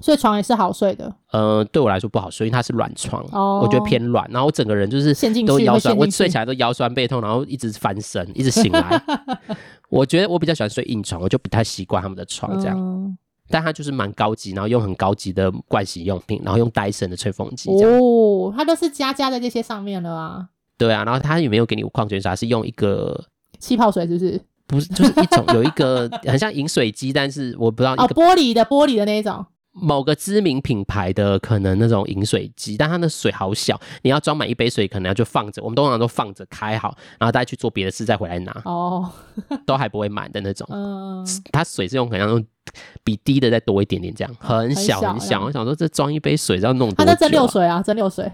[SPEAKER 2] 所以床也是好睡的，
[SPEAKER 1] 呃，对我来说不好睡，因为它是软床，
[SPEAKER 2] 哦
[SPEAKER 1] 我觉得偏软。然后我整个人就是
[SPEAKER 2] 陷进去
[SPEAKER 1] 都腰酸，
[SPEAKER 2] 会陷进
[SPEAKER 1] 我
[SPEAKER 2] 去
[SPEAKER 1] 睡起来都腰酸背痛，然后一直翻身，一直醒 来。我觉得我比较喜欢睡硬床，我就不太习惯他们的床这样。
[SPEAKER 2] 嗯
[SPEAKER 1] 但它就是蛮高级，然后用很高级的盥洗用品，然后用戴森的吹风机这样。
[SPEAKER 2] 哦，它就是加加在这些上面了啊。
[SPEAKER 1] 对啊，然后他也没有给你矿泉水，它是用一个
[SPEAKER 2] 气泡水是不是？
[SPEAKER 1] 不是就是一种有一个很像饮水机，但是我不知道一
[SPEAKER 2] 哦，
[SPEAKER 1] 个、
[SPEAKER 2] 玻璃的玻璃的那一种，
[SPEAKER 1] 某个知名品牌的可能那种饮水机，但它的水好小，你要装满一杯水，可能要就放着。我们通常都放着开好，然后大家去做别的事再回来拿，
[SPEAKER 2] 哦，
[SPEAKER 1] 都还不会满的那种。
[SPEAKER 2] 嗯，
[SPEAKER 1] 它水是用可能用比低的再多一点点，这样很小很
[SPEAKER 2] 很小这样
[SPEAKER 1] 小。我想说这装一杯水是要弄
[SPEAKER 2] 啊，
[SPEAKER 1] 多久、
[SPEAKER 2] 那蒸馏水啊，蒸馏水，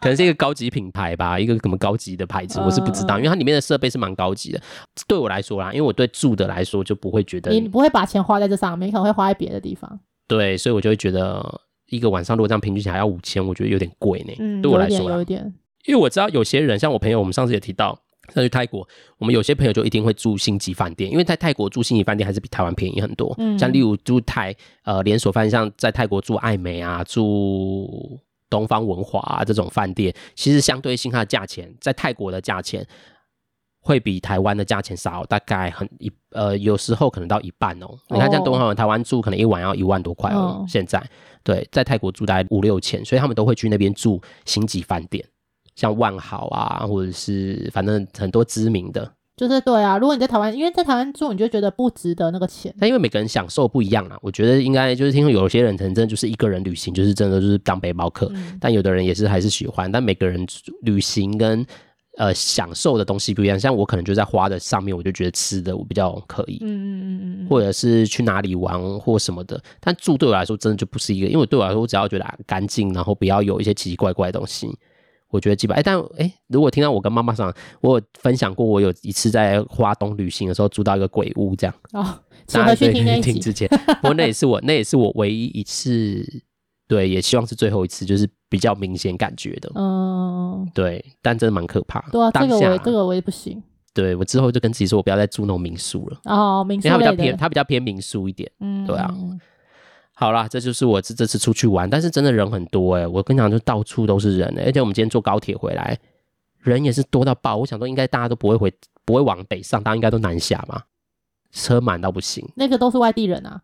[SPEAKER 1] 可能是一个高级品牌吧，一个什么高级的牌子，我是不知道，
[SPEAKER 2] 嗯嗯
[SPEAKER 1] 因为它里面的设备是蛮高级的。对我来说啦，因为我对住的来说就不会觉得
[SPEAKER 2] 你不会把钱花在这上面，你可能会花在别的地方。
[SPEAKER 1] 对，所以我就会觉得一个晚上如果这样平均起来要五千，我觉得有点贵呢。
[SPEAKER 2] 嗯，
[SPEAKER 1] 对我来
[SPEAKER 2] 有一点，
[SPEAKER 1] 说啦
[SPEAKER 2] 有一点，
[SPEAKER 1] 因为我知道有些人，像我朋友，我们上次也提到，像去泰国，我们有些朋友就一定会住星级饭店，因为在泰国住星级饭店还是比台湾便宜很多。
[SPEAKER 2] 嗯
[SPEAKER 1] 像例如住泰呃连锁饭店，像在泰国住艾美啊，住东方文华、啊、这种饭店，其实相对性它的价钱，在泰国的价钱。会比台湾的价钱少，大概很一呃，有时候可能到一半哦。你看，像东方文台湾住可能一晚要一万多块哦，
[SPEAKER 2] 嗯
[SPEAKER 1] 现在对，在泰国住大概五六千，所以他们都会去那边住星级饭店。像万豪啊，或者是反正很多知名的，
[SPEAKER 2] 就是对啊。如果你在台湾，因为在台湾住，你就觉得不值得那个钱。
[SPEAKER 1] 但因为每个人享受不一样啦，啊我觉得应该就是听说有些人可能真的就是一个人旅行，就是真的就是当背包客，
[SPEAKER 2] 嗯，
[SPEAKER 1] 但有的人也是还是喜欢，但每个人旅行跟呃享受的东西不一样，像我可能就在花的上面，我就觉得吃的我比较可以，
[SPEAKER 2] 嗯嗯嗯嗯嗯，
[SPEAKER 1] 或者是去哪里玩或什么的，但住对我来说真的就不是一个，因为对我来说，我只要觉得啊干净，然后不要有一些奇奇怪怪的东西，我觉得基本哎，但哎，如果听到我跟妈妈上，我有分享过，我有一次在花东旅行的时候住到一个鬼屋，这样，
[SPEAKER 2] 哦，请
[SPEAKER 1] 大家
[SPEAKER 2] 回
[SPEAKER 1] 可
[SPEAKER 2] 去
[SPEAKER 1] 以
[SPEAKER 2] 听那 一
[SPEAKER 1] 听
[SPEAKER 2] 集。
[SPEAKER 1] 之前，不过那也是我那也是我唯一一次，对，也希望是最后一次，就是比较明显感觉的，
[SPEAKER 2] 嗯，
[SPEAKER 1] 对，但真的蛮可怕，
[SPEAKER 2] 对啊，这
[SPEAKER 1] 当
[SPEAKER 2] 个
[SPEAKER 1] 下
[SPEAKER 2] 我也这个我也不行。
[SPEAKER 1] 对我之后就跟自己说，我不要再住那种民宿了，
[SPEAKER 2] 哦，民
[SPEAKER 1] 因为
[SPEAKER 2] 宿
[SPEAKER 1] 它比较
[SPEAKER 2] 类
[SPEAKER 1] 偏，
[SPEAKER 2] 的，
[SPEAKER 1] 它比较偏民宿一点。
[SPEAKER 2] 嗯，
[SPEAKER 1] 对啊
[SPEAKER 2] 嗯，
[SPEAKER 1] 好啦，这就是我这这次出去玩，但是真的人很多哎、我跟你讲，就到处都是人、欸，而且我们今天坐高铁回来，人也是多到爆。我想说，应该大家都不会回，不会往北上，大家应该都南下嘛，车满到不行
[SPEAKER 2] 那个都是外地人啊。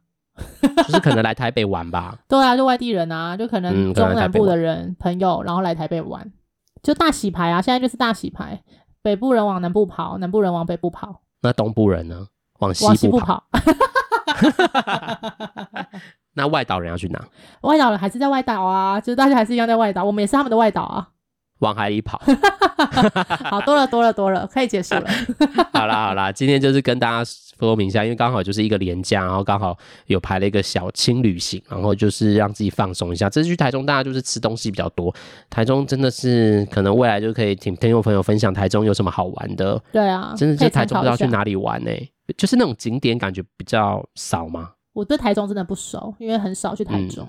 [SPEAKER 1] 就是可能来台北玩吧。
[SPEAKER 2] 对啊，就外地人啊，就可能
[SPEAKER 1] 嗯可能
[SPEAKER 2] 中
[SPEAKER 1] 来
[SPEAKER 2] 南
[SPEAKER 1] 台北
[SPEAKER 2] 部的人朋友，然后来台北玩，就大洗牌啊。现在就是大洗牌，北部人往南部跑，南部人往北部跑，
[SPEAKER 1] 那东部人呢，往西
[SPEAKER 2] 往西
[SPEAKER 1] 部
[SPEAKER 2] 部
[SPEAKER 1] 跑，
[SPEAKER 2] 跑。
[SPEAKER 1] 那外岛人要去哪？
[SPEAKER 2] 外岛人还是在外岛啊，就是大家还是一样在外岛，我们也是他们的外岛啊。
[SPEAKER 1] 往海里跑。
[SPEAKER 2] 好多了，多了，多了，可以 结束了。
[SPEAKER 1] 好啦好啦，今天就是跟大家说明一下，因为刚好就是一个连假，然后刚好有排了一个小轻旅行，然后就是让自己放松一下。这次去台中，大家就是吃东西比较多。台中真的是可能未来就可以请听众朋友分享台中有什么好玩的，
[SPEAKER 2] 对啊，
[SPEAKER 1] 真的
[SPEAKER 2] 可以
[SPEAKER 1] 是台
[SPEAKER 2] 参
[SPEAKER 1] 中不
[SPEAKER 2] 考
[SPEAKER 1] 知道
[SPEAKER 2] 一
[SPEAKER 1] 去
[SPEAKER 2] 下。
[SPEAKER 1] 哪里玩呢、就是那种景点感觉比较少嘛。
[SPEAKER 2] 我对台中真的不熟，因为很少去
[SPEAKER 1] 嗯
[SPEAKER 2] 台中。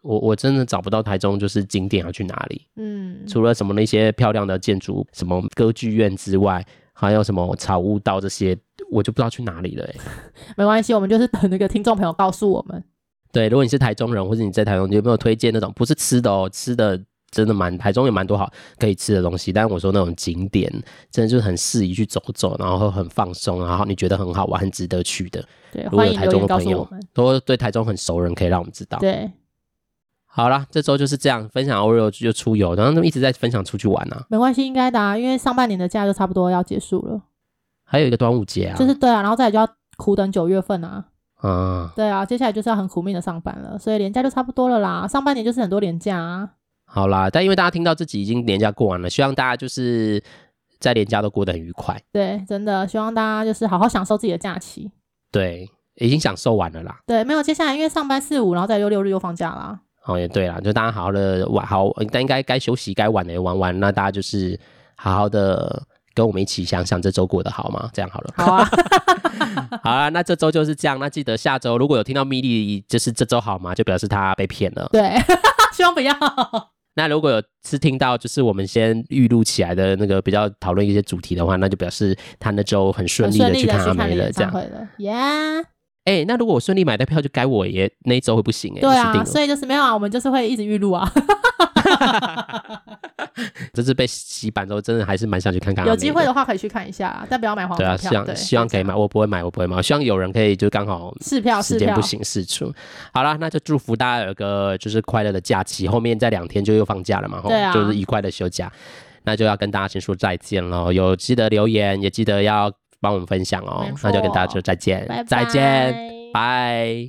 [SPEAKER 1] 我我真的找不到台中就是景点要去哪里，
[SPEAKER 2] 嗯，
[SPEAKER 1] 除了什么那些漂亮的建筑，什么歌剧院之外，还有什么草悟道这些，我就不知道去哪里了、欸。
[SPEAKER 2] 没关系，我们就是等那个听众朋友告诉我们。
[SPEAKER 1] 对，如果你是台中人，或者你在台中，你有没有推荐那种不是吃的哦？吃的真的蛮台中有蛮多好可以吃的东西，但是我说那种景点，真的就是很适宜去走走，然后很放松，然后你觉得很好玩、很值得去的。
[SPEAKER 2] 对，
[SPEAKER 1] 如果
[SPEAKER 2] 欢
[SPEAKER 1] 有
[SPEAKER 2] 迎
[SPEAKER 1] 台
[SPEAKER 2] 留
[SPEAKER 1] 中
[SPEAKER 2] 言
[SPEAKER 1] 的
[SPEAKER 2] 告
[SPEAKER 1] 朋
[SPEAKER 2] 诉我
[SPEAKER 1] 友
[SPEAKER 2] 们。，
[SPEAKER 1] 都对台中很熟人，可以让我们知道。
[SPEAKER 2] 对，
[SPEAKER 1] 好啦，这周就是这样分享 Oreo 就出游，然后他们一直在分享出去玩啊，
[SPEAKER 2] 没关系，应该的、啊，因为上半年的假就差不多要结束了，
[SPEAKER 1] 还有一个端午节啊，
[SPEAKER 2] 就是对啊，然后再来就要苦等九月份啊，
[SPEAKER 1] 嗯，
[SPEAKER 2] 对啊，接下来就是要很苦命的上班了，所以年假就差不多了啦，上半年就是很多年假啊，
[SPEAKER 1] 好啦，但因为大家听到自己已经年假过完了，希望大家就是在年假都过得很愉快。
[SPEAKER 2] 对，真的希望大家就是好好享受自己的假期，
[SPEAKER 1] 对，已经享受完了啦。
[SPEAKER 2] 对，没有接下来因为上班四五，然后再又六日又放假啦，
[SPEAKER 1] 哦，也对啦，就大家好好的玩好，但应该该休息该玩的也玩完，那大家就是好好的跟我们一起想想这周过得好吗？这样好了。
[SPEAKER 2] 好啊，
[SPEAKER 1] 好啦，那这周就是这样。那记得下周如果有听到米莉就是这周好吗，就表示她被骗了。
[SPEAKER 2] 对， 希望不要，
[SPEAKER 1] 那如果有是听到就是我们先预录起来的那个比较讨论一些主题的话，那就表示她那周很顺
[SPEAKER 2] 很
[SPEAKER 1] 利
[SPEAKER 2] 顺
[SPEAKER 1] 的
[SPEAKER 2] 利的
[SPEAKER 1] 看阿
[SPEAKER 2] 去看
[SPEAKER 1] 梅
[SPEAKER 2] 你的
[SPEAKER 1] 了。
[SPEAKER 2] 演
[SPEAKER 1] 这样，
[SPEAKER 2] 唱会了，耶、yeah!。
[SPEAKER 1] 哎、那如果我顺利买到票，就该我也那一周会不行哎、
[SPEAKER 2] 对
[SPEAKER 1] 一
[SPEAKER 2] 啊，
[SPEAKER 1] 定
[SPEAKER 2] 所以就是没有啊，我们就是会一直预录啊，
[SPEAKER 1] 这次被洗版之后，真的还是蛮想去看看阿
[SPEAKER 2] 有
[SPEAKER 1] 梅
[SPEAKER 2] 机会的话可以去看一下啊，但不要买黄
[SPEAKER 1] 对啊，
[SPEAKER 2] 牛
[SPEAKER 1] 希
[SPEAKER 2] 票。
[SPEAKER 1] 望希望可以买，我不会买，我不会买，我希望有人可以就刚好
[SPEAKER 2] 试票，
[SPEAKER 1] 时
[SPEAKER 2] 试
[SPEAKER 1] 间
[SPEAKER 2] 票
[SPEAKER 1] 不，行试出。好啦，那就祝福大家有个就是快乐的假期，后面再两天就又放假了嘛，吼
[SPEAKER 2] 对啊
[SPEAKER 1] 就是愉快的休假。那就要跟大家先说再见喽，有记得留言，也记得要帮我们分享哦
[SPEAKER 2] 没。错
[SPEAKER 1] 那就跟大家说再见
[SPEAKER 2] 拜拜，
[SPEAKER 1] 再见，拜。